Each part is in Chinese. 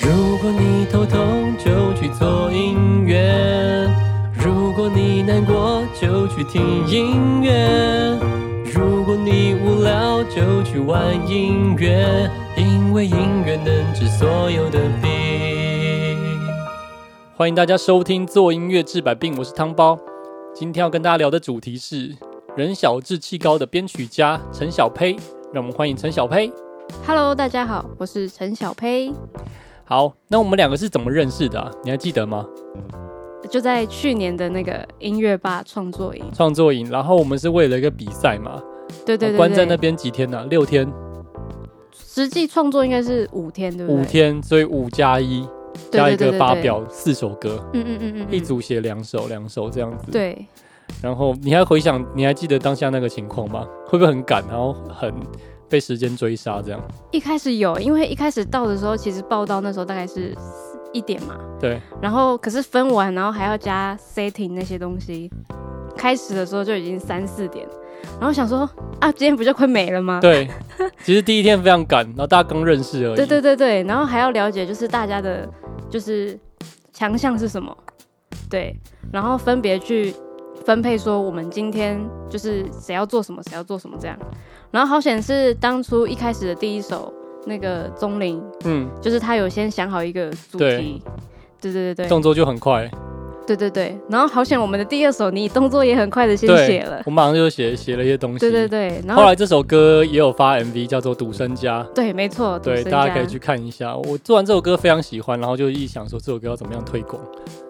如果你头痛，就去做音乐；如果你难过，就去听音乐；如果你无聊，就去玩音乐，因为音乐能治所有的病。欢迎大家收听《做音乐治百病》，我是汤包。今天要跟大家聊的主题是人小志气高的编曲家陈小胚，让我们欢迎陈小胚。 Hello，大家好，我是陈小胚。好，那我们两个是怎么认识的、啊？你还记得吗？就在去年的那个音乐吧创作营，创作营，然后我们是为了一个比赛嘛，对对对关在对那边几天呢、啊六天，实际创作应该是五天，对不对？五，天，所以五加一对加一对个对发对表四首歌，嗯嗯嗯嗯，嗯一，组写两首，两首这样子。。对，然后你还回想，你还记得当下那个情况吗？会不会很赶，然后很被时间追杀这样？一开始有，因为一开始到的时候，其实报到那时候大概是一点嘛，对，然后可是分完，然后还要加 setting 那些东西，开始的时候就已经三四点，然后想说啊，今天不就快没了吗？对，其实第一天非常赶，然后大家刚认识而已。对对对对，然后还要了解就是大家的，就是强项是什么，对，然后分别去分配说我们今天就是谁要做什么，谁要做什么这样。然后好险是当初一开始的第一首那个钟灵，嗯，就是他有先想好一个主对题，对对对对动作就很快，对对对。然后好险我们的第二首你动作也很快的先对写了，我马上就写写了一些东西。对对对，然后后来这首歌也有发 MV，叫做《赌身家》。对没错，对，独身大家家可以去，看一下。我做完这首歌非常喜欢，然后就一想说这首歌要怎么样推广，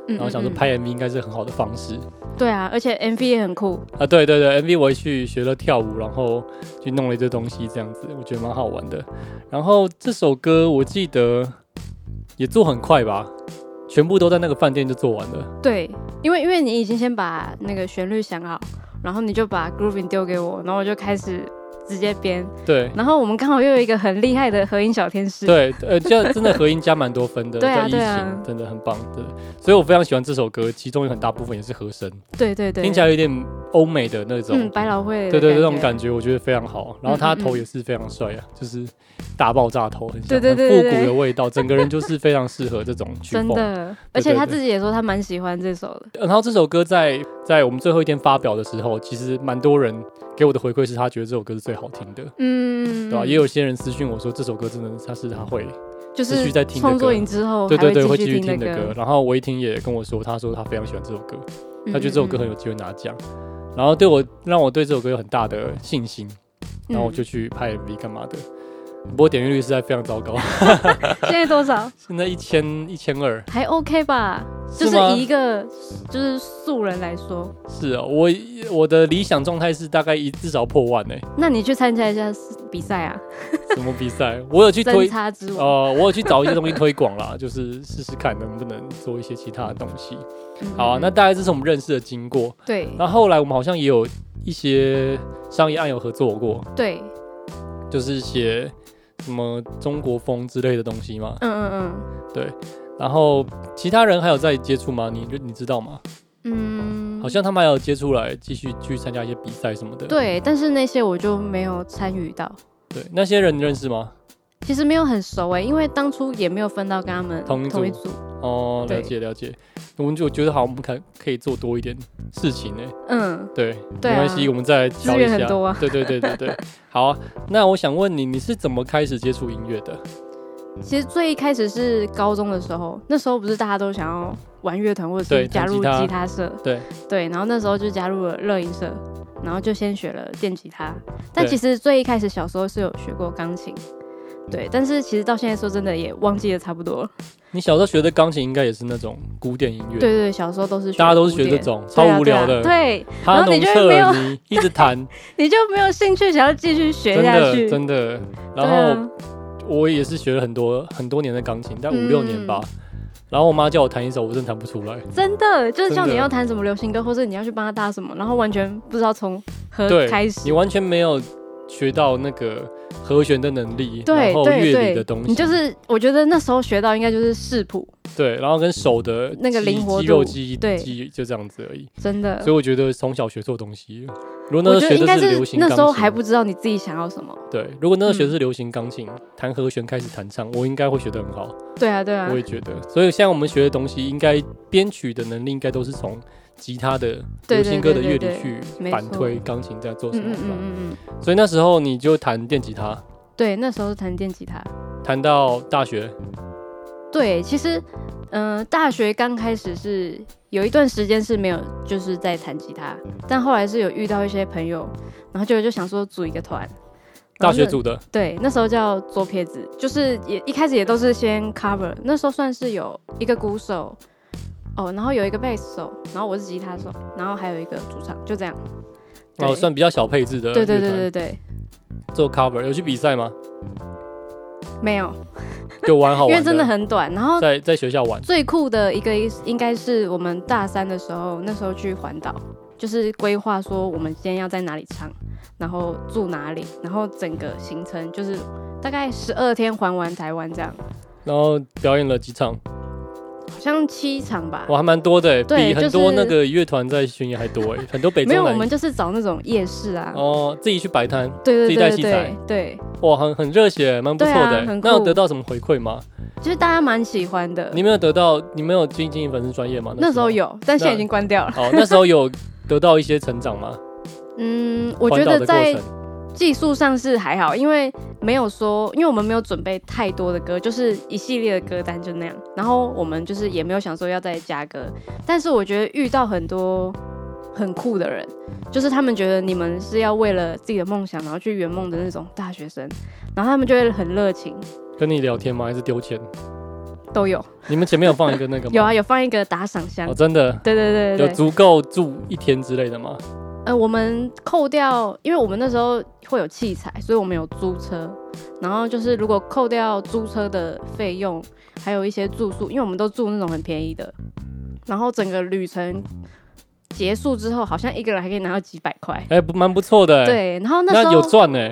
然然后想说拍 MV 应该是很好的方式嗯对啊，而且 MV 也很酷，啊。对对对，MV 我也去学了跳舞，然后去弄了一堆东西，这样子我觉得蛮好玩的。然后这首歌我记得也做很快吧，全部都在那个饭店就做完了。对，因为因为你已经先把那个旋律想好，然后你就把 grooving 丢给我，然后我就开始直接编。对然后我们刚好又有一个很厉害的合音小天 使，对，呃，这样真的合音加蛮多分的， 对啊在一对型、啊真的很棒，对。所以我非常喜欢这首歌，其中有很大部分也是和声，对对对，听起来有点欧美的那种。嗯百老汇的对对对，觉那种感觉我觉得非常好。然后他的头也是非常帅啊，就是大爆炸头，很像对对很对复对古对的味道，整个人就是非常适合这种曲真风。呃的，而且他自己也说他蛮喜欢这首的，然后这首歌在在我们最后一天发表的时候，其实蛮多人给我的回馈是他觉得这首歌是最好听的，嗯，对啊吧、也有些人私讯我说这首歌真的他是他会，就持是续在听的创作歌营之后对还对对，会继续听听的歌。歌，然后我一听也跟我说，他说他非常喜欢这首歌，嗯他觉得这首歌很，有机会拿奖，然后对我让我对这首歌有很大的信心。然后我就嗯去拍 MV 干嘛的。不过点阅率实在非常糟糕， 现在多少现在一千一千二，还 OK 吧？就是吗？以一个就是素人来说，是哦，我我的理想状态是大概一至少破万呢、那你去参加一下比赛啊，什么比赛？我有去真推，差之王。呃，我有去找一些东西推广啦，就是试试看能不能做一些其他的东西。嗯好啊、那大概这是我们认识的经过。对然后后来我们好像也有一些商业案有合作过，对，就是写什么中国风之类的东西嘛。嗯嗯然后其他人还有在接触吗？你你知道吗？嗯嗯，好像他们还有接出来继续去参加一些比赛什么的。对，但是那些我就没有参与到，对，那些人你认识吗？其实没有很熟哎、因为当初也没有分到跟他们同一组同一组，哦，了对解了解。我们就觉得好，我们可可以做多一点事情呢。欸嗯，对，对啊没关系，我们再瞧资一源下很。多啊。对对对对 对，好啊、那我想问你，你是怎么开始接触音乐的？其实最一开始是高中的时候，那时候不是大家都想要玩乐团或者对是加弹吉入他吉他社，对对，然后那时候就加入了乐音社，然后就先学了电吉他，但对其实最一开始小时候是有学过钢琴，对，但是其实到现在说真的也忘记的差不多了。你小时候学的钢琴应该也是那种古典音乐，对对对，小时候都是大家都是古学这典种超对啊无聊的，对啊对哈然后农你就会没有彻尼一直弹，你就没有兴趣想要继续 学真下的去。真的。对然后啊，我也是学了很多很多年的钢琴，但五嗯六年吧。然后我妈叫我弹一首，我真的弹不出来。真的就是叫真的你要弹什么流行歌，或者你要去帮他搭什么，然后完全不知道从何对开始你。完全没有学到那个和弦的能力，对然后对乐理对的东西，你就是我觉得那时候学到应该就是视谱，对，然后跟手的那个肌灵活肌肉度记忆，对记忆就这样子而已。真的所以我觉得从小学错东西了，如果那时我候觉得学应的该是流行那钢琴，时候还不嗯知道你自己想要什么。对。如果那时候学的是流行钢琴，弹和弦开始弹唱，我应该会学得很好。对啊，对啊我，也觉得，所以像我们学的东西，应该编曲的能力应该都是从吉他的对流对行歌的乐对对理去没反错推钢琴在做什嗯么嗯吧。嗯嗯嗯，所以那时候你就弹电吉他，对，那时候是弹电吉他。弹到大学，对，其实，嗯、大学刚开始是有一段时间是没有，就是在弹吉他，嗯但后来是有遇到一些朋友，然后就就想说组一个团，然大后学那组的对，那时候叫左撇子，就是也一开始也都是先 cover，那时候算是有一个鼓手，哦，然后有一个贝斯手，然后我是吉他手，然后还有一个主唱，就这样。对哦，算比较小配置的乐对团，对对对对，做 cover 有去比赛吗？没有，就玩好因玩，为真的很短。然后在在学校玩，最酷的一个应该是我们大三的时候，那时候去环岛，就是规划说我们今天要在哪里唱，然后住哪里，然后整个行程就是大概十二天环完台湾这样，然后表演了几场，好像七场吧。哇，还蛮多的欸，对比很就多是那个乐团在巡演还多哎，很多北没有，中我南们就是找那种夜市啊，哦，自己去摆摊，对对自己带对器对材对对，哇，很很热血，蛮不错对啊的欸。很那有酷得到什么回馈吗？就是大家蛮喜欢的。你没有得到，你没有经经营粉丝专业吗？那时候。有，但现在那已经关掉了。哦，那时候有得到一些成长吗？嗯， 我觉环岛得的过在程，技术上是还好，因为没有说，因为我们没有准备太多的歌，就是一系列的歌单就那样。然后我们就是也没有想说要再加歌，但是我觉得遇到很多很酷的人，就是他们觉得你们是要为了自己的梦想，然后去圆梦的那种大学生，然后他们就会很热情，跟你聊天吗？还是丢钱？都有你们前面有放一个那个吗？有啊，有放一个打赏箱哦，，真的对对对有对对，足够住一天之类的吗？呃，我们扣掉，因为我们那时候会有器材，所以我们有租车。然后就是如果扣掉租车的费用，还有一些住宿，因为我们都住那种很便宜的。然后整个旅程结束之后，好像一个人还可以拿到几百块。哎，不蛮不错的。，对，然后那时那有候，赚 呢，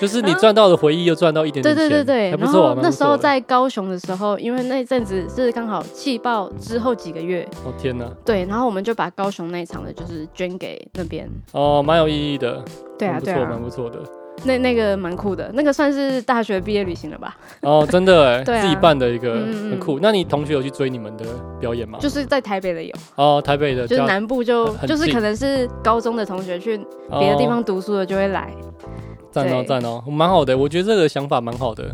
就是你赚到的回忆又赚到一点对点对钱，对对，还不然错后啊。蛮不那时候错的，在高雄的时候，因为那一阵子是刚好气爆之后几个月，哦天哪，对，然后我们就把高雄那一场的就是捐给那边。哦蛮有意义的，对啊，蛮不对错，啊蛮，不错的。那那个蛮酷的，那个算是大学毕业旅行了吧？哦，真的 对哎，啊自己办的一个嗯嗯嗯很酷。那你同学有去追你们的表演吗？就是在台北的有，哦，台北的就是叫南部就很很就是近可能是高中的同学去别的地方读书的就会来，哦赞哦对赞哦，蛮好的，我觉得这个想法蛮好的，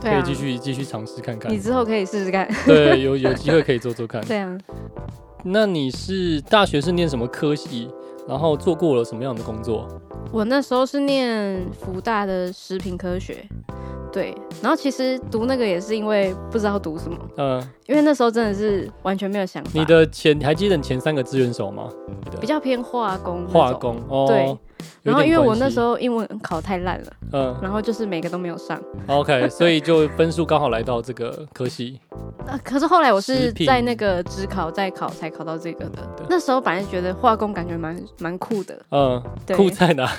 对可以啊，继续继续尝试看看你。之后可以试 试看，对，有有机会可以做做看。 对啊，那你是大学是念什么科系？然后做过了什么样的工作？我那时候是念福大的食品科学，对，然后其实读那个也是因为不知道读什么，嗯，因为那时候真的是完全没有想法，你的前你还记得你前三个志愿手吗？比较偏化工，化，工哦，对有然后点因为我关系那时候英文考太烂了，嗯然后就是每个都没有上。 ，OK，所以就分数刚好来到这个科系，啊，可是后来我食是品在那个只考再考才考到这个的。那时候反正觉得化工感觉蛮蛮酷的，嗯，对，酷在哪？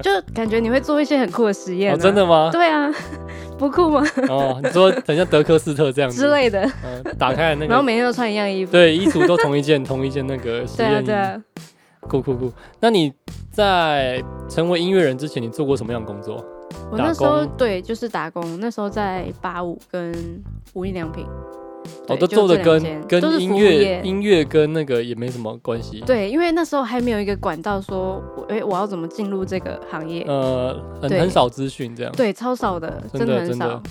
就感觉你会做一些很酷的实验、哦，真？的吗？对啊， 不酷吗？哦，你说等像德克斯特这样子之，类的。嗯，打开那然个，后每天都穿一样衣服。对，衣橱都同一件， 同一件那个实对啊，验衣对，啊。酷酷酷。那你在成为音乐人之前，你做过什么样的工作？我打那时候工对就是打工，那时候在八五跟无印良品，哦，对都就做的这两跟跟间都是音服务乐业音乐跟那个也没什么关系。对，因为那时候还没有一个管道说，我哎、我要怎么进入这个行业？呃，很对很少资讯这样。对，超少的，真的真的很真的少。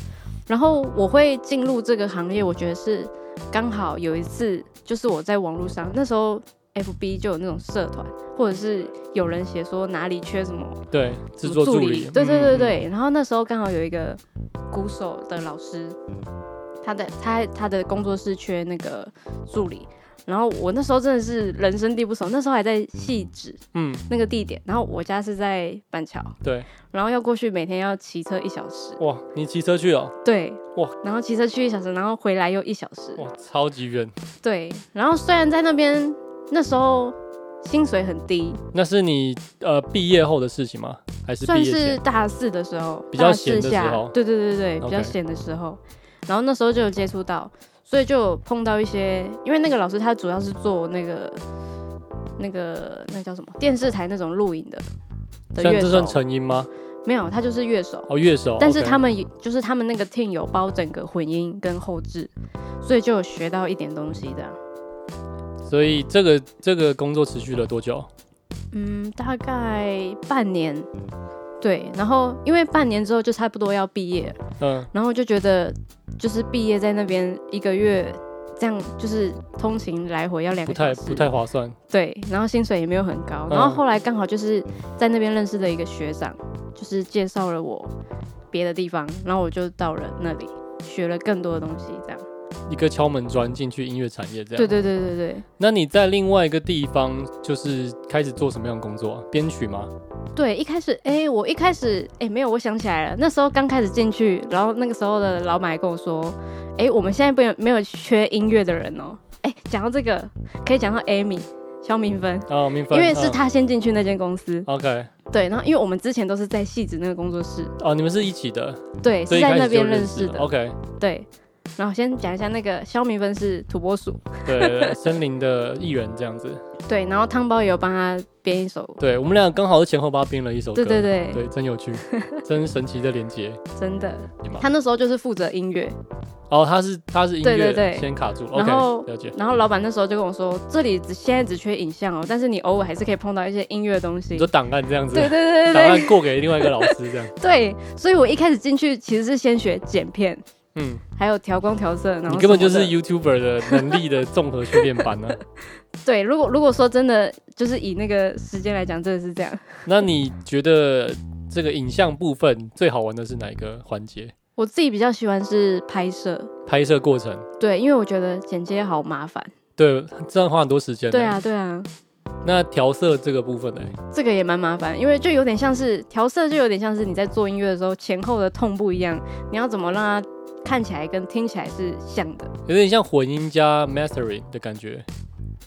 然后我会进入这个行业，我觉得是刚好有一次，就是我在网络上，那时候 FB 就有那种社团，或者是有人写说哪里缺什么对，制作助助理。对对嗯对。嗯对。然后那时候刚好有一个鼓手的老师，他的他他的工作室缺那个助理。然后我那时候真的是人生地不熟，那时候还在细指嗯，那个地点，然后我家是在板桥，对，然后要过去每天要骑车一小时，哇，你骑车去哦，对，哇，然后骑车去一小时，然后回来又一小时，哇，超级远。对，然后虽然在那边那时候薪水很低，那是你呃毕业后的事情吗？还是算毕业是前？大四的时候，比较大闲的四时下候，对对对对， OK 比较闲的时候，然后那时候就有接触到，所以就有碰到一些，因为那个老师他主要是做那个那个那叫什么电视台那种录影的的像乐这算手，成音吗？没有，他就是乐手。哦，乐手。但是 OK 他们也就是他们那个 team 有包整个混音跟后置，所以就有学到一点东西的。所以这个这个工作持续了多久？嗯，大概半年，对。然后因为半年之后就差不多要毕业了，嗯，然后就觉得就是毕业在那边一个月这样，就是通勤来回要两不个太小时，不太划算。对，然后薪水也没有很高，嗯然后后来刚好就是在那边认识的一个学长，就是介绍了我别的地方，然后我就到了那里学了更多的东西，这样。一个敲门砖进去音乐产业这样。对对对对对那你在另外一个地方就是开始做什么样的工作啊？编曲吗？对，一开始哎、我一开始哎、没有，我想起来了，那时候刚开始进去，然后那个时候的老板还跟我说，哎、我们现在没有没有缺音乐的人哦、哎、讲到这个可以讲到 Amy 肖明芬，哦，明因分。为是嗯他先进去那间公司， OK，对，然后因为我们之前都是在戏子那个工作室，哦，你们是一起的，对，所是以一在开那始边就认认识的。 OK，对，然后先讲一下那个肖明芬是土拨鼠，对对，对森林的艺人这样子。对，然后汤包也有帮他编一首，对我们俩刚好是前后帮他编了一首歌。对对对，对，真有 趣，真神奇的连接。真的对吗，他那时候就是负责音乐，哦，他是他是音对对乐对先卡住了然后，OK，了解。然后老板那时候就跟我说，这里只现在只缺影像哦，但是你偶尔还是可以碰到一些音乐的东西你说。档案这样子，对对对档对对案过给另外一个老师 这样。对，所以我一开始进去其实是先学剪片，嗯，还有调光调色，然后你根本就是什么的 YouTuber 的能力的综合训练班啊 呢、对。如果如果说真的就是以那个时间来讲，真的是这样。那你觉得这个影像部分最好玩的是哪一个环节？我自己比较喜欢是拍摄，拍摄过程，对，因为我觉得剪接好麻烦。对，这样花很多时间。对，啊，对啊，那调色这个部分呢？这个也蛮麻烦，因为就有点像是调色，就有点像是你在做音乐的时候前后的痛不一样，你要怎么让它看起来跟听起来是像的？有点像混音加 mastering 的感觉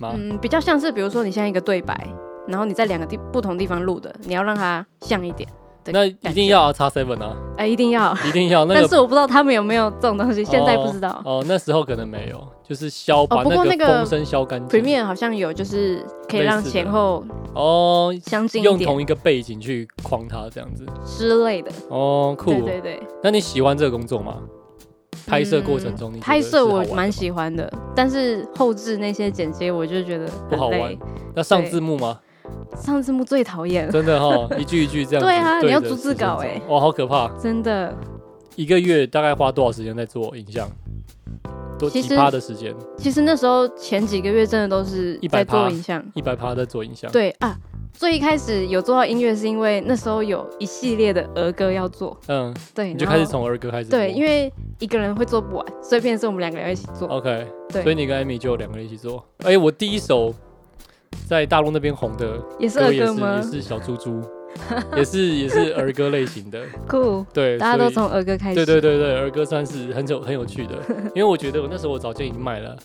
吗？嗯，比较像是比如说你现在一个对白，然后你在两个地不同地方录的，你要让它像一点。对那一定要 R x Seven 啊，哎、一定要。一定要那 但个是我不知道他们有没有这种东西，现在不知道。哦，那时候可能没有，就是消把哦不过那那个个风声消干净。 Premiere 好像有，就是可以让前后哦，相近一用点同一个背景去框它这样子。之类的。哦，酷对哦。对对，那你喜欢这个工作吗？拍摄过程中你觉得嗯拍是摄好我玩的蛮吗喜欢的，但是后置那些剪接我就觉得很不好累玩。那上对字幕吗？上字幕最讨厌了，真的哈， 一句一句这样子。对啊你要着逐字10分稿钟欸哇，好可怕！真的。一个月大概花多少时间在做影像？多其几实趴的时间，其实那时候前几个月真的都是100%在做影像，一百趴在做影像。，对啊。最一开始有做到音乐，是因为那时候有一系列的儿歌要做，嗯，对，你就然后开始从儿歌开始做。对，因为一个人会做不完，所以变成是我们两个人要一起做。 OK，对哦所以你跟艾米就两个人一起做。哎、我第一首在大陆那边红的也是歌儿也歌是也吗？是小猪猪， 也是也是儿歌类型的。酷，对，大家所都以从儿歌开始。对对对对，儿歌算是很有很有趣的，因为我觉得我那时候我早就已经卖了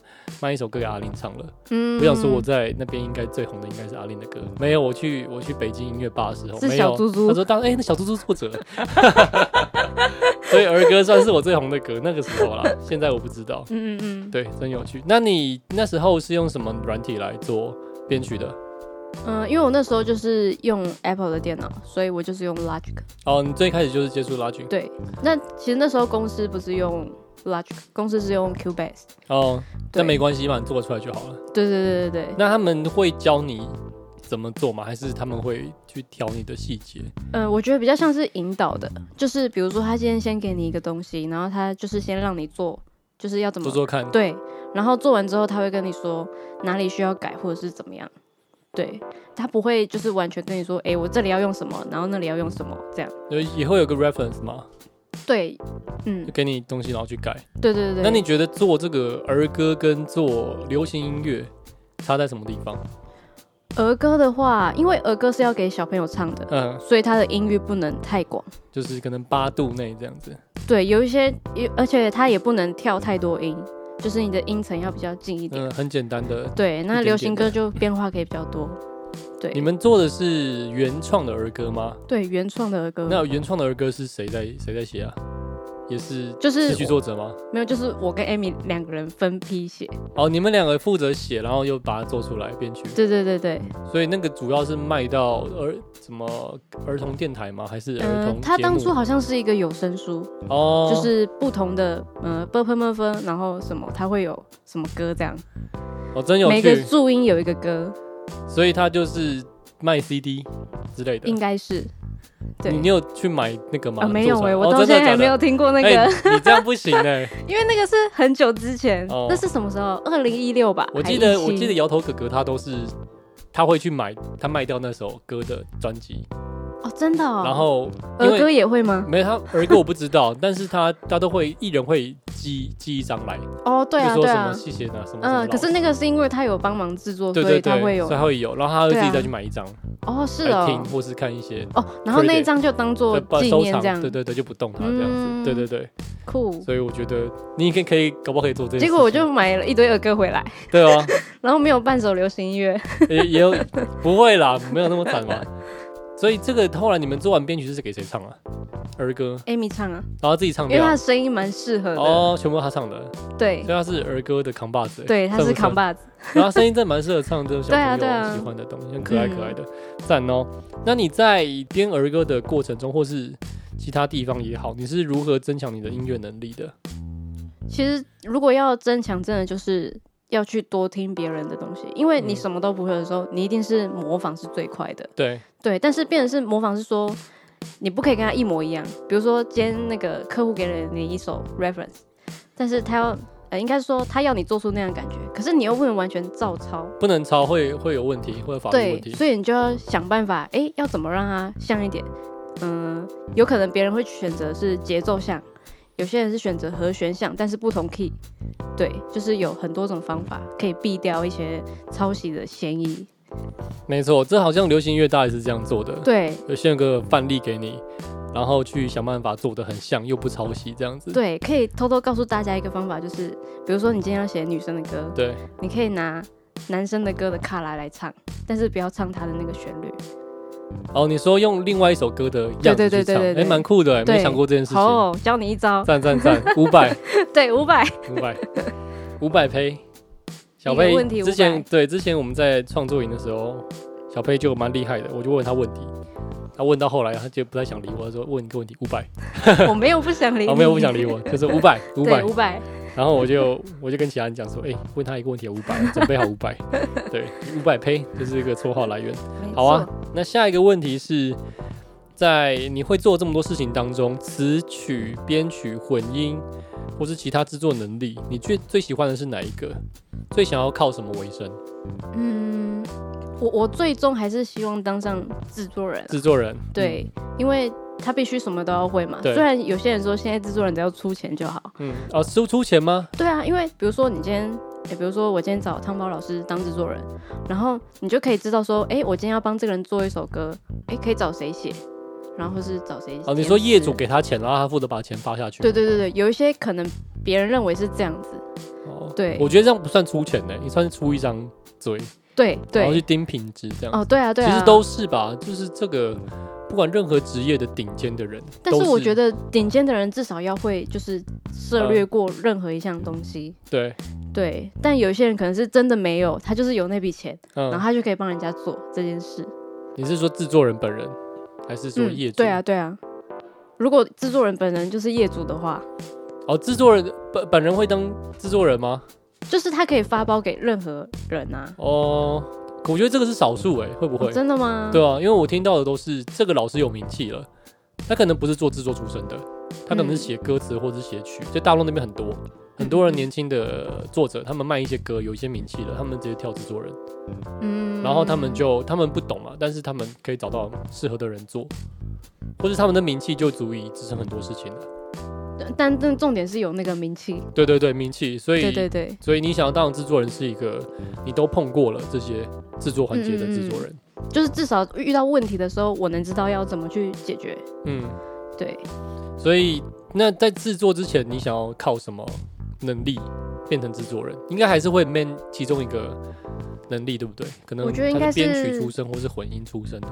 卖一首歌给阿玲唱了。嗯我想说我在那边应该最红的应该是阿令的歌，没有我去我去北京音乐吧的时候，是没小有猪猪他说当哎、那小猪猪作者， 所以儿歌算是我最红的歌那个时候啦，现在我不知道，嗯嗯嗯，对，真有趣。那你那时候是用什么软体来做编曲的？嗯，因为我那时候就是用 Apple 的电脑，所以我就是用 Logic。哦，你最开始就是接触拉曲，对，那其实那时候公司不是用 Logic，公司是用 Cubase。哦，但对没关系嘛，你做出来就好了。对对对对对，那他们会教你怎么做吗？还是他们会去调你的细节？嗯、我觉得比较像是引导的，嗯就是比如说他今天先给你一个东西，然后他就是先让你做，就是要怎么做做看。对，然后做完之后他会跟你说哪里需要改或者是怎么样，对他不会就是完全跟你说，诶，我这里要用什么，然后那里要用什么这样。呃，也会有个 reference 嘛，对，嗯就，给你东西然后去改。对对对。那你觉得做这个儿歌跟做流行音乐差在什么地方？儿歌的话，因为儿歌是要给小朋友唱的，嗯，所以它的音域不能太广。就是可能八度内这样子。对，有一些，有而且它也不能跳太多音，就是你的音程要比较近一点。嗯，很简单的。对，一那点流行点歌就变化可以比较 多。对，你们做的是原创的儿歌吗？对原创的儿歌，那原创的儿歌是谁在谁在写啊？也是就是词曲作者吗？没有，就是我跟 Amy 两个人分批写。哦，你们两个负责写，然后又把它做出来编曲，对对对对，所以那个主要是卖到儿什么儿童电台吗？还是儿童呃节目？，他当初好像是一个有声书，哦，就是不同的呃 b u r p e m 分，然后什么，它会有什么歌这样，哦，真有每个趣，注音有一个歌，所以他就是卖 CD 之类的。应该是嗯对你你有去买那个吗？啊没有做哎、什么我哦到真现的在还假的没有听过那个，哎你这样不行哎、 因为那个是很久之前，哦那是什么时候？二零一六吧，我记还得17我记得摇头哥哥他都是他会去买他卖掉那首歌的专辑，哦，真的哦，然后因儿歌为也会吗？没有他儿歌我不知道，但是他他都会一人会寄寄一张来，哦，对啊就说对什么啊，谢谢呢什么什么老嗯，师。可是那个是因为他有帮忙制作，对所以对他对，会有所以他会有，然后他会自己对啊再去买一张哦是来听，哦或是看一些哦，然后 credit 那一张就当做呃纪收念藏这，样对，对对，就不动它这样子，嗯对对对，酷。所以我觉得你也可以可以搞不好可以做这件事情。结果我就买了一堆儿歌回来，对啊，然后没有半首流行音乐。也也有 不会啦，没有那么惨吧。所以这个后来你们做完编曲是给谁唱啊？儿歌， Amy 唱啊，然后自己唱因为掉她的。声音蛮适合的。哦，全部都他唱的，对所以他是儿歌的扛把子。对，她是算扛不算，把子。然后他声音真的蛮适合唱这种小对啊朋对啊友喜欢的东西，很可爱嗯可爱的，赞哦。那你在编儿歌的过程中，或是其他地方也好，你是如何增强你的音乐能力的？其实如果要增强，真的就是要去多听别人的东西，因为你嗯什么都不会的时候，你一定是模仿是最快的。对，对，但是变成是模仿是说。你不可以跟他一模一样，比如说今天那个客户给了你一首 reference，但是他要呃，应该是说他要你做出那样的感觉，可是你又不能完全照抄，不能抄会会有问题，会有法律对问，题。所以你就要想办法，哎、要怎么让它像一点？嗯、有可能别人会选择是节奏像，有些人是选择和弦像，但是不同 key。对，就是有很多种方法可以避掉一些抄袭的嫌疑。没错，这好像流行乐大也是这样做的。对有些个范例给你，然后去想办法做的很像，又不抄袭这样子。对，可以偷偷告诉大家一个方法，就是比如说你今天要写女生的歌，对你可以拿男生的歌的卡拉来唱，但是不要唱他的那个旋律，哦，你说用另外一首歌的样子去对对对对唱，对对哎，蛮酷的哎，对没想过这件事好、情。哦，教你一招，赞赞赞，五百对，五百，五百五 百呸，小一佩个问题之前500对之前我们在创作营的时候，小佩就蛮厉害的，我就问他问题。他问到后来，他就不太想理我，他说问一个问题，五百，我没有不想理然你，后哦没有不想理我，就是五 百，五百对，，五百，然后我就我就跟其他人讲说，哎、问他一个问题，五百，准备好五 百，对，五百呸，这是一个绰号来源。没好啊错，那下一个问题是在你会做这么多事情当中，词曲、编曲、混音，或是其他制作能力，你最最喜欢的是哪一个？最想要靠什么为生？嗯，我我最终还是希望当上制作人啊，制作人，对，因为他必须什么都要会嘛。对虽然有些人说现在制作人只要出钱就好，嗯，嗯，哦，输出钱吗？对啊，因为比如说你今天，也比如说我今天找汤包老师当制作人，然后你就可以知道说，哎、我今天要帮这个人做一首歌，哎、可以找谁写，然后或是找谁。哦，你说业主？给他钱，然后他负责把钱发下去。对对对对，有一些可能别人认为是这样子，哦，对我觉得这样不算出钱呢，你算是出一张嘴，对然后去对，盯品质这样子哦对啊对哦啊，其实都是吧，就是这个不管任何职业的顶尖的人，但是都我觉得顶尖的人至少要会，就是涉略过任何一项东西。对，对，但有些人可能是真的没有，他就是有那笔钱，然嗯后，他就可以帮人家做这件事。你是说制作人本人，还是说业主？对啊，，对啊。如果制作人本人就是业主的话，哦，制作人本本人会当制作人吗？就是他可以发包给任何人啊。哦，我觉得这个是少数哎，会不哦会？真的吗？对啊，因为我听到的都是这个老师有名气了，他可能不是做制作出身的，他可能是嗯写歌词或者是写曲，在大陆那边很多。很多人年轻的作者，他们卖一些歌，有一些名气了，他们直接跳制作人，嗯然后他们就他们不懂嘛，但是他们可以找到适合的人做，或是他们的名气就足以支撑很多事情了。但，但但重点是有那个名气。对对对，名气，所以对对对，所以你想要当制作人是一个你都碰过了这些制作环节的制作人，就是至少遇到问题的时候，我能知道要怎么去解决。嗯对，所以那在制作之前，你想要靠什么能力变成制作人？应该还是会 man 其中一个能力，对不对？可能我觉得应他该是编曲是出身或是混音出身的，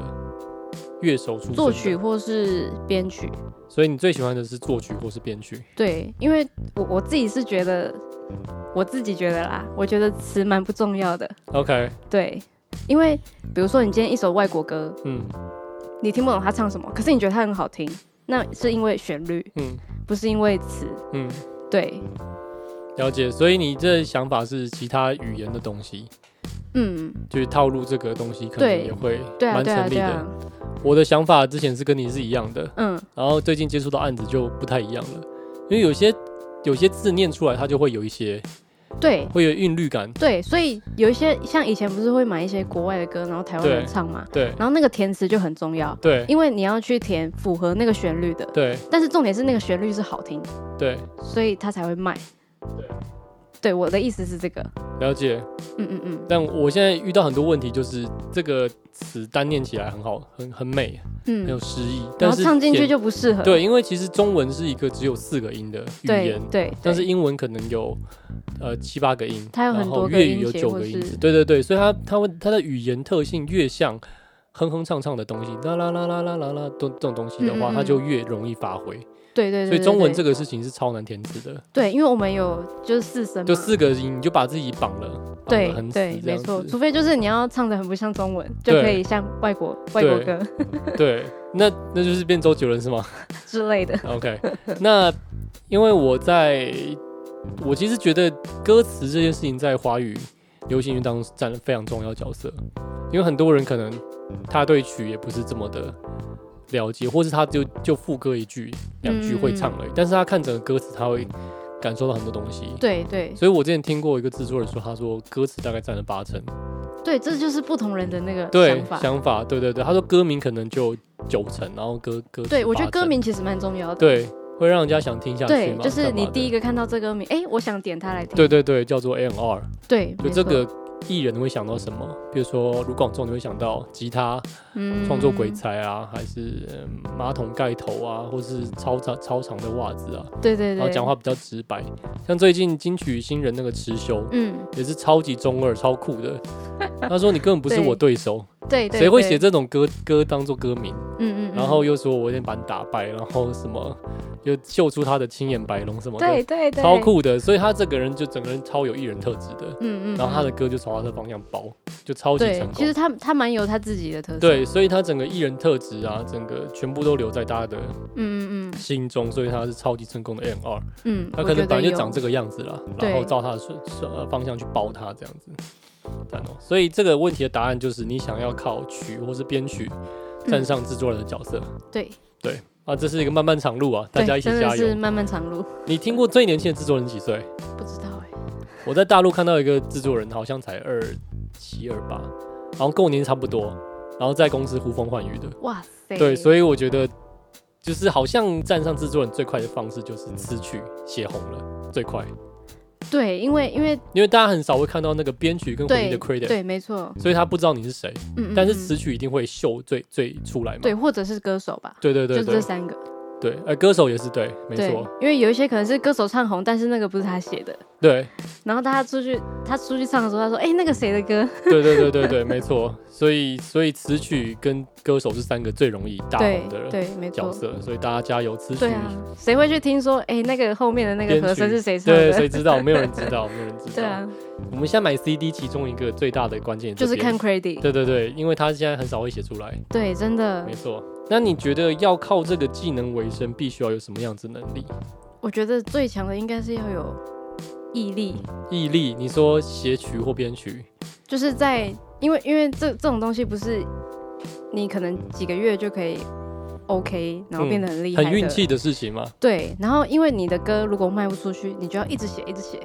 乐手出身的作曲，或是编曲。所以你最喜欢的是作曲或是编曲？对，因为我我自己是觉得，我自己觉得啦，我觉得词蛮不重要的。 OK，对，因为比如说你今天一首外国歌，嗯你听不懂他唱什么，可是你觉得它很好听，那是因为旋律，嗯不是因为词。嗯，对，了解。所以你这想法是其他语言的东西，嗯，就是套路这个东西，可能对也会对啊，蛮对成啊，立对的。啊，我的想法之前是跟你是一样的，嗯，然后最近接触到案子就不太一样了，因为有些有些字念出来，它就会有一些对。会有韵律感。对，所以有一些像以前不是会买一些国外的歌，然后台湾对人唱嘛，对然后那个填词就很重要，对因为你要去填符合那个旋律的，对但是重点是那个旋律是好听，对，所以它才会卖。对，对，我的意思是这个，了解。嗯嗯嗯但我现在遇到很多问题，就是这个词单念起来很好，很很美，很有嗯，诗意，然但后是唱进去填就不适合，对，因为其实中文是一个只有四个音的语对言，对，但是英文可能有呃七八个音，它有然很后多个粤语音有节九或个音是字，对对对，所以它它会它的语言特性越像哼哼唱唱的东西，啦啦啦啦啦啦啦，这这种东西的话，嗯嗯嗯它就越容易发挥。对对对，所以中文这个个事情是超难填词的，对，因为我们有就是四声嘛，就四个音你就把自己绑了，绑得对很死对，这没样错，子。嗯除非就是你要唱的很不像中文，就对可以像外国外国歌 对，那那就是变周杰伦是吗？之类的， OK，那因为我在，我其实觉得歌词这件事情在华语流行乐当中占了非常重要的角色，因为很多人可能他对曲也不是这么的了解，或是他就就副歌一句两句会唱而嗯已，但是他看整个歌词，他会感受到很多东西。对对所以我之前听过一个制作人说，他说歌词大概占了八成，对，这就是不同人的那个对想法。想法，对对对，他说歌名可能就九成，然后歌歌词对，我觉得八成歌名其实蛮重要的。对会让人家想听下去对，嘛就是干嘛你的第一个看到这歌名，哎，我想点它来听。对对对，叫做 A N R，对，就没这错个艺人会想到什么？比如说卢广仲，你会想到吉他嗯创作鬼才啊，还是、嗯马桶盖头啊，或是超长超长的袜子啊，对对然后对，讲话比较直白。像最近金曲新人那个池修，嗯，也是超级中二、超酷 的。他说你根本不是我对手，对对，谁会对写？这种歌歌当做歌名？嗯嗯，嗯然后又说我有点把你打败，然后什么又秀出他的青眼白龙什么的，对对对，超，酷的。所以他这个人就整个人超有艺人特质的。嗯嗯，然后他的嗯歌就朝他的方向包，就超级对成，其实功。他他蛮有他自己的特色。，对，所以他整个艺人特质啊，整个全部都留在大家的嗯嗯嗯心中，所以他是超级成功的 N 二。嗯，他可能本来就长这，这个样子啦，对然后照他的顺顺呃方向去包他这样子。赞哦所以这个问题的答案就是，你想要靠曲或是编曲嗯站上制作人的角色、对，啊，这是一个漫漫长路啊，大对家一起真的加是油。漫漫长路，你听过最年轻的制作人几岁？不知道哎，我在大陆看到一个制作人，好像才二七二八，然后跟我年纪差不多，然后在公司呼风唤雨的。哇塞，对，以所以我觉得就是好像站上制作人最快的方式就是词曲写红了最快，对，因哦为因为因为大家很少会看到那个编曲跟混音对的 credit，对，没错，所以他不知道你是谁，嗯，嗯但是嗯词曲一定会秀最最出来嘛。对，或者是歌手吧，对对就对是这对三个。对，呃，歌手也是对，没对错，，因为有一些可能是歌手唱红，但是那个不是他写的。对然后大家出去，他出去唱的时候，他说：“哎、那个谁的歌对对对对对，没错。所以所以词曲跟歌手是三个最容易？”大对红的人。对，没角错，色，所以大家加油，词曲嗯对啊，谁会去听说？哎、那个后面的那个编和曲声是谁唱对，的？谁哦知道？没有人知道，没有人知道。 对啊，我们现在买 CD 其中一个最大的关键就是看。credit，嗯对对对，因为他现在很少会写出来，对，真的没，错。那你觉得要靠这个技能为生，必须要有什么样子的能力？我觉得最强的应该是要有毅力，毅力？你说写曲或编曲？就是在因为因为这这种东西不是你可能几个月就可以 OK，然后变得很厉害、嗯很运。气的事情嘛。对，然后因为你的歌如果卖不出去，你就要一直写，一直写。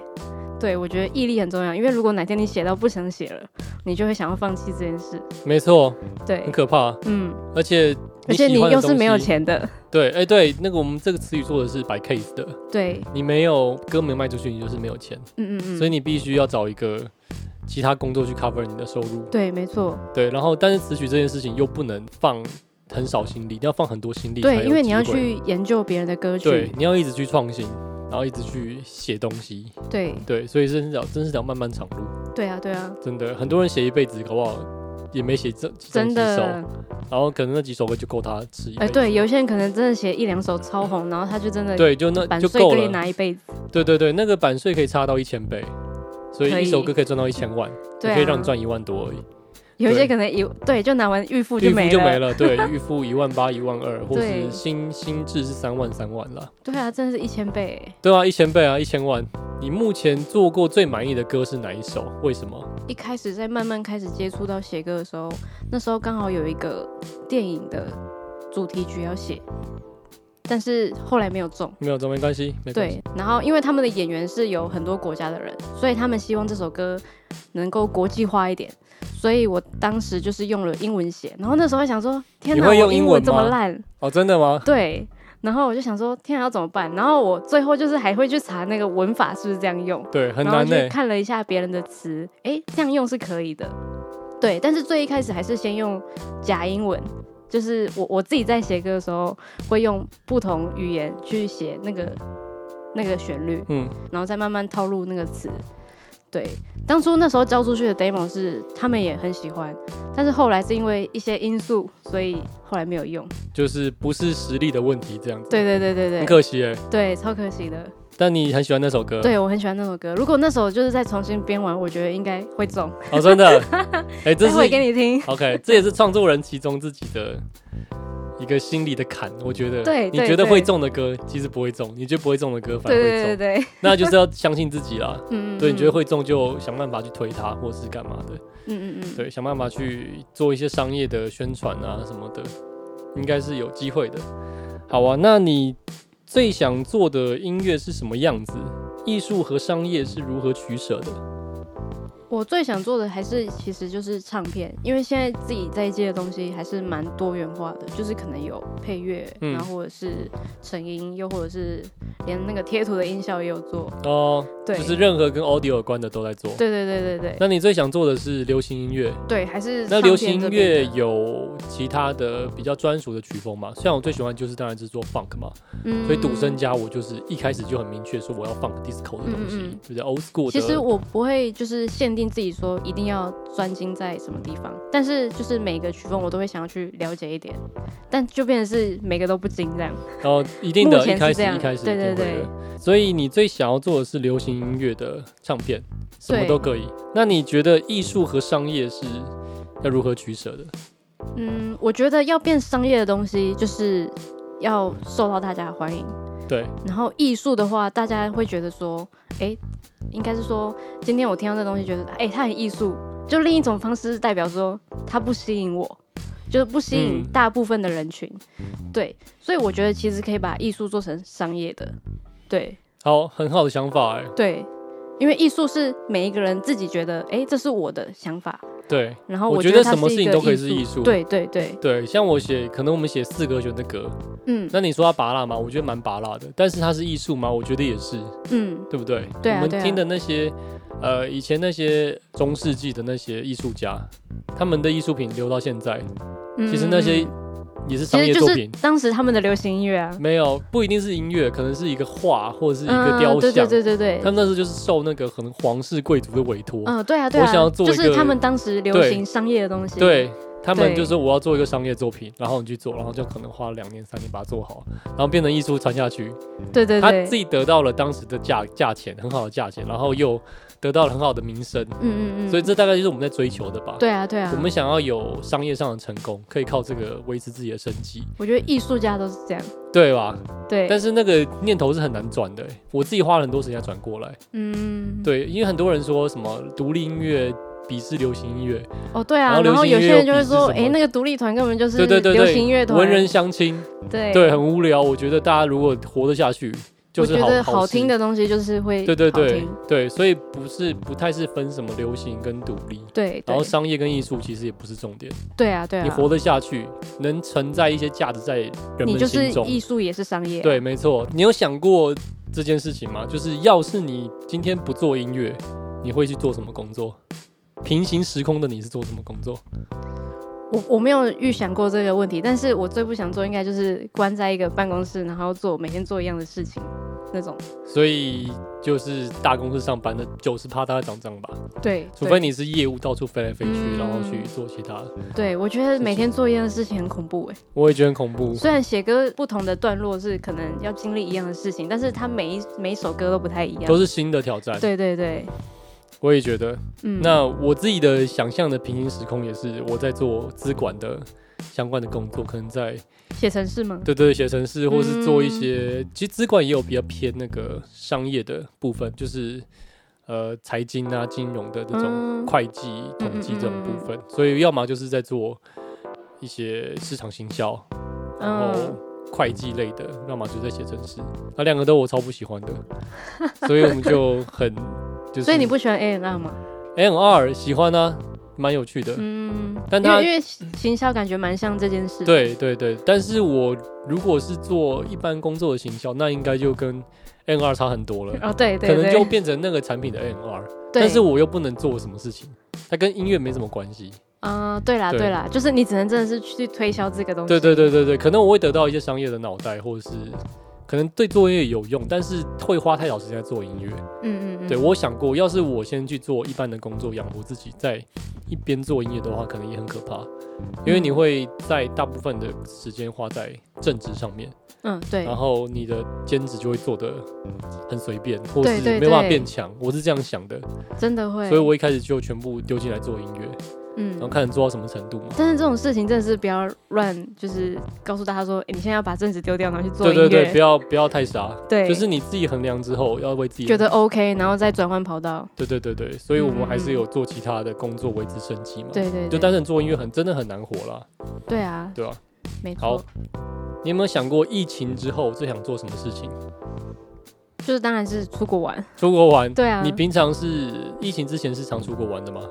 对，我觉得毅力很重要，因为如果哪天你写到不想写了，你就会想要放弃这件事。没错，对很，可怕。嗯，而且而且喜你欢的又是没有东西，钱 的，对，哎、对，那个我们这个词语做的是 by case 的，对，你没有歌没有卖出去，你就是没有钱，嗯嗯嗯，所以你必须要找一个其他工作去 cover 你的收入。对，没错，对，然后但是词曲这件事情又不能放很少心力，要放很多心力才有对，因为你要机会去研究别人的歌对曲，，你要一直去创新，然后一直去写东西，对，对，所以真是条真是条漫漫长路，对啊，对啊，真的很多人写一辈子，搞不好也没写这几真几首，的，然后可能那几首歌就够他吃一辈哎，子对，有些人可能真的写一两首超红，然后他就真的对，就那版就税够可以了。拿一辈子，对对对，那个版税可以差到一千倍，所可以一以首歌可以赚到一千万，对也啊可以让你赚一万多而已。有一对些可能有对，就拿完预付预就付没就了，没了，对，预付一万八、一万二，或是对新新制是三万、三万啦。对啊，真的是一千倍欸。对啊，一千倍啊，一千万。你目前做过最满意的歌是哪一首？为什么？一开始在慢慢开始接触到写歌的时候，那时候刚好有一个电影的主题曲要写，但是后来没有中。没有，这没关系，没关系对。，然后因为他们的演员是有很多国家的人，所以他们希望这首歌能够国际化一点，所以我当时就是用了英文写。然后那时候还想说，天你哪，会用我英英文文这么吗烂，哦，真的 吗？对。然后我就想说，天啊，要怎么办？然后我最后就是还会去查那个文法是不是这样用，对，很然后难欸呢、去看了一下别人的词，诶，这样用是可以的。对，但是最一开始还是先用假英文，就是我我自己在写歌的时候会用不同语言去写那个那个旋律，嗯，然后再慢慢套入那个词。对，当初那时候交出去的 demo 是他们也很喜欢，但是后来是因为一些因素，所以后来没有 用。就是不是实力的问题，这样子。对对对对很对，可惜哎、对，超可惜的。但你很喜欢那首歌，，对我很喜欢那首歌，如果那首就是再重新编完，我觉得应该会中。哦，真 的，哎、这待会给是你听。 OK，这也是创作人其中自己的一个心里的坎，我觉得，对你对觉得对会中的歌其实不会中，你觉得不会中的歌反而对会中，对对对，那就是要相信自己啦。嗯，对，你觉得会，会中就想办法去推它，或是干嘛的，嗯嗯嗯，对，想办法去做一些商业的宣传啊什么的，应该是有机会的。好啊，那你最想做的音乐是什么样子？艺术和商业是如何取舍的？我最想做的还是其实就是唱片，因为现在自己在接的东西还是蛮多元化的，就是可能有配乐，嗯然后或者是成音，又或者是连那个贴图的音效也有做，哦，对，就是任何跟 audio 有关的都在做。对对对对对那你最想做的是流行音乐？对，还是那唱流片行这音边乐的，有其他的比较专属的曲风嘛？像我最喜欢就是当然是做 funk 嘛，嗯所以赌神。家我就是一开始就很明确说我要 funk disco 的东西，嗯嗯嗯就是 old school 的。其实我不会就是限定自己说一定要专精在什么地方，但是就是每个曲风我都会想要去了解一点，但就变成是每个都不精这样。然后一定的，目一前开是始这样一开始一对定对会的。所以你最想要做的是流行音乐的唱片，什么对都可以。那你觉得艺术和商业是要如何取舍的？嗯，我觉得要变商业的东西，就是要受到大家的欢迎。对，然后艺术的话，大家会觉得说，哎，应该是说，今天我听到这东西，觉得，哎，它很艺术。就另一种方式代表说，它不吸引我，就是不吸引嗯大部分的人群。对，所以我觉得其实可以把艺术做成商业的。对好，很好的想法哎。对，因为艺术是每一个人自己觉得，哎，这是我的想法。对然后我觉觉得它什么是事一情个都可以是艺术对对对，对，像我写，可能我们写四格弦的歌，嗯那你说它拔辣吗？我觉得蛮拔辣的，但是它是艺术吗？我觉得也是，嗯，对不对？对啊我们对啊听的那些，呃，以前那些中世纪的那些艺术家，他们的艺术品留到现在，其实那嗯嗯些嗯也是商其业实就作是品。当时他们的流行音乐啊，没有，不一定是音乐，可能是一个画或者是一个嗯雕像。对对对对对他，们那时候就是受那个可能皇室贵族的委托，嗯，对啊对啊，我想要做一就个是他们当时流行商业的东西，对他们对就说我要做一个商业作品，然后你去做，然后就可能花了两年三年把它做好，然后变成艺术传下去。对对他对，自己得到了当时的价价钱，很好的价钱，然后又得到了很好的名声，嗯嗯嗯，所以这大概就是我们在追求的吧。对啊对啊，我们想要有商业上的成功，可以靠这个维持自己的生计，我觉得艺术家都是这样，对吧？对，但是那个念头是很难转的、我自己花了很多时间转过来。嗯，对，因为很多人说什么独立音乐鄙视流行音乐，哦对然啊后，流然后行音乐有些人就又鄙会视说，什么哎，那个独立团根本就是对对对流行乐对，团，文人相亲，对对，很无聊。我觉得大家如果活得下去，就我是觉得好好听的。的东西就是会对对好对听对，所以不是不太是分什么流行跟独立，对然后对商业跟艺术其实也不是重点，对啊对啊，你活得下去，能存在一些价值在人你们就是心中。艺术也是商业啊，对，没错。你有想过这件事情吗？就是要是你今天不做音乐，你会去做什么工作？平行时空的你是做什么工作？我我没有预想过这个问题，但是我最不想做应该就是关在一个办公室，然后做每天做一样的事情。那种。所以就是大公司上班的九十趴大概长这样吧，对，除对非你是业务到处飞来飞去，嗯然后去做其他的。对我觉得每天做一样的事情很恐怖哎、我也觉得很恐怖，虽然写歌不同的段落是可能要经历一样的事情，但是它每一每一首歌都不太一样。都是新的挑战。啊对对对，我也觉得。嗯，那我自己的想象的平行时空也是我在做资管的相关的工作，可能在写程式吗？对对写程式，或是嗯做一些，其实资管也有比较偏那个商业的部分，就是呃财经啊、金融的这种嗯会计、统计这种部分，所以要么就是在做一些市场行销，然后嗯，会计类的，要么就是在写程式，那两个都我超不喜欢的，所以我们就很就是， 所以你不喜欢 A N R 吗？ N R 喜欢呢、蛮有趣的。嗯，但因它为因为行销感觉蛮像这件 事。，对对对，但是我如果是做一般工作的行销，那应该就跟 N R 差很 多了，哦对对可对，能就变成那个产品的 N R，对但是我又不能做什么事情，它跟音乐没什么关系。嗯，对啦对对啦，就是你只能真的是去推销这个东西。对对对对对，可能我会得到一些商业的脑袋，或者是可能对做音乐有用，但是会花太少时间在做音乐。嗯，嗯嗯嗯，对我想过，要是我先去做一般的工作养活自己，在一边做音乐的话，可能也很可怕，因为你会在大部分的时间花在正职上面，嗯对然，后你的兼职就会做的很随便，或是对对没有办法对变强。我是这样想的，真的会。所以我一开始就全部丢进来做音乐，然后嗯。看能做到什么程度嘛。但是这种事情真的是不要乱，就是告诉大家说，诶你现在要把正职丢掉，然后去做对音乐，对 对，不要不要太傻，对就是你自己衡量之后要为自己觉得 OK，然后再转换跑道。对对对对，所以我们还是嗯有做其他的工作维持生计嘛。对对就对，单纯做音乐很真的很难活啦，对啊，对吧、没好错，，你有没有想过疫情之后最想做什么事情？就是当然是出国玩。出国玩？对啊，你平常是疫情之前是常出国玩的吗？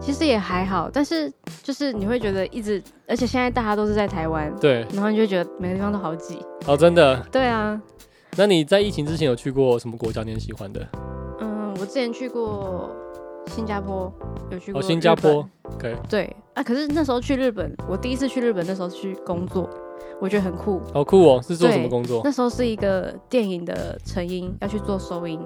其实也还好，但是就是你会觉得一直，而且现在大家都是在台湾，对，然后你就会觉得每个地方都好挤。哦，真的。对啊，那你在疫情之前有去过什么国家你很喜欢的？嗯，我之前去过新加坡，有去过、哦，新加坡。。OK，对啊，可是那时候去日本，我第一次去日本，那时候是去工作，我觉得很酷。好酷哦！是做什么对 工作？那时候是一个电影的成音，要去做收音，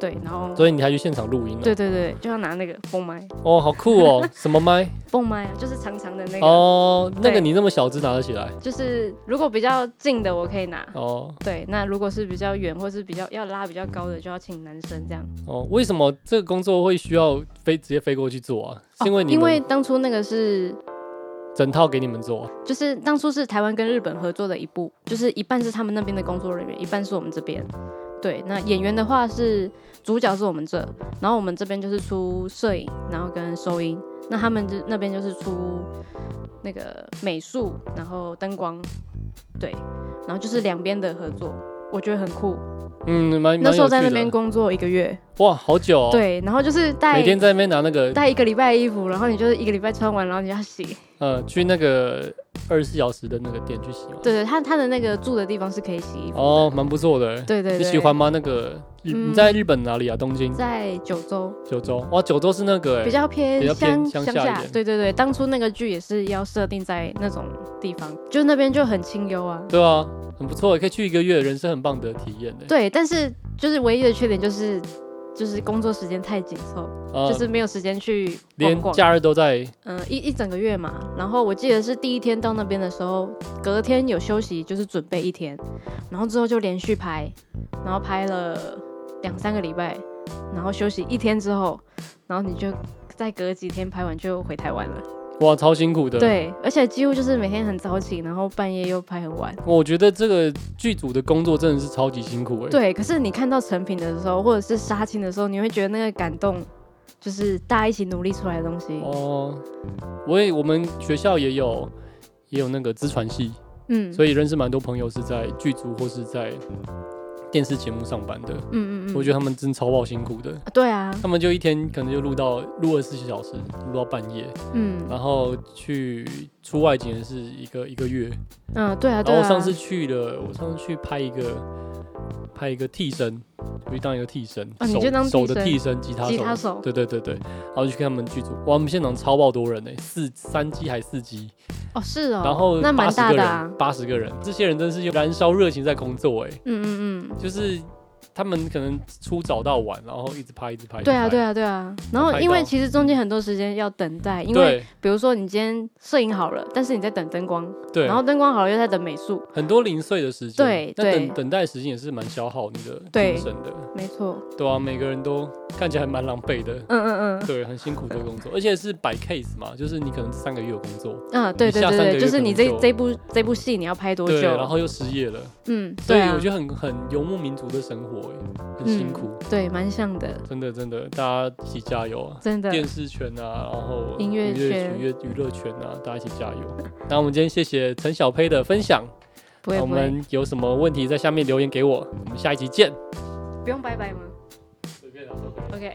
对，然后所以你还去现场录音了、对对对，就要拿那个风麦，哦，好酷 哦！什么麦？蹦麦啊，就是长长的那个，哦，那个对你那么小只拿得起来？就是如果比较近的我可以拿，哦对，那如果是比较远或是比较要拉比较高的，就要请男生这样。哦，为什么这个工作会需要飞直接飞过去做啊？是因为你哦因为们当初那个是整套给你们做啊、就是当初是台湾跟日本合作的一部，就是一半是他们那边的工作人员，一半是我们这边。对，那演员的话是主角是我们这，然后我们这边就是出摄影，然后跟收音。那他们这那边就是出那个美术，然后灯光，对，然后就是两边的合作，我觉得很酷。嗯，蛮那蛮时有候趣在那的。边工作一个月，哇，好久哦！，对，然后就是带每天在那边拿那个带一个礼拜的衣服，然后你就是一个礼拜穿完，然后你就要洗。呃，去那个二十四小时的那个店去洗吗？对对，他他的那个住的地方是可以洗衣服。哦，蛮不错的。对对对，你喜欢吗？那个日嗯你在日本哪里啊？东京、在九州，九州？哇，九州是那个比欸较偏比较偏乡乡下一下点。对对对，当初那个剧也是要设定在那种地方，就那边就很清幽啊。对啊，很不错欸，可以去一个月，人生很棒的体验呢。欸对，但是就是唯一的缺点就是。就是工作时间太紧凑，啊就是没有时间去逛连逛。假日都在嗯、一一整个月嘛。然后我记得是第一天到那边的时候，隔天有休息，就是准备一天，然后之后就连续拍，然后拍了两三个礼拜，然后休息一天之后，然后你就再隔几天拍完就回台湾了。哇，超辛苦的。，对，而且几乎就是每天很早起，然后半夜又拍很晚。我觉得这个剧组的工作真的是超级辛苦哎。对，可是你看到成品的时候，或者是杀青的时候，你会觉得那个感动，就是大家一起努力出来的东西。哦，我也我们学校也有也有那个资传系，嗯，所以认识蛮多朋友是在剧组或是在电视节目上班的。嗯嗯嗯，我觉得他们真超爆辛苦的。对啊，他们就一天可能就录到录了四十小时，录到半夜，嗯然后去出外景的是一个一个月，嗯，对啊，然对后啊。我上次去了，我上次去拍一个拍一个替身，我去当一个替身，哦你手就当替手身的替身，吉他手，吉他手对对对对，然后就去看他们剧组，哇，我们现场超爆多人呢、欸四三机还四机，哦是哦，然后那八蛮十大个的啊人，。八十个人，这些人真是燃烧热情在工作哎、嗯嗯嗯，就是他们可能出早到晚，然后一直拍，一直拍。对啊，对啊，啊，对啊。然后拍因为到其实中间很多时间要等待，因为对比如说你今天摄影好了，但是你在等灯光，对，然后灯光好了又在等美术，很多零碎的时间，对那等对等待时间也是蛮消耗你的对精神的，没错。对啊，每个人都看起来蛮狼狈的，嗯 嗯嗯对，很辛苦的工作，而且是摆 case 嘛，就是你可能三个月有工作，嗯，对对下对三个对，月就可是能你这就这部这部戏你要拍多对，久？然后又失业了，嗯，所以对啊我，觉得很很游牧民族的生活、欸，很辛苦，对，蛮像的，真的真的，大家一起加油啊！真的。电视圈啊，然后音乐圈娱乐娱乐圈啊，大家一起加油。那我们今天谢谢陈小胚的分享，不会那我不会，们有什么问题在下面留言给我，我们下一集见。不用拜拜吗 随便聊。 ？OK。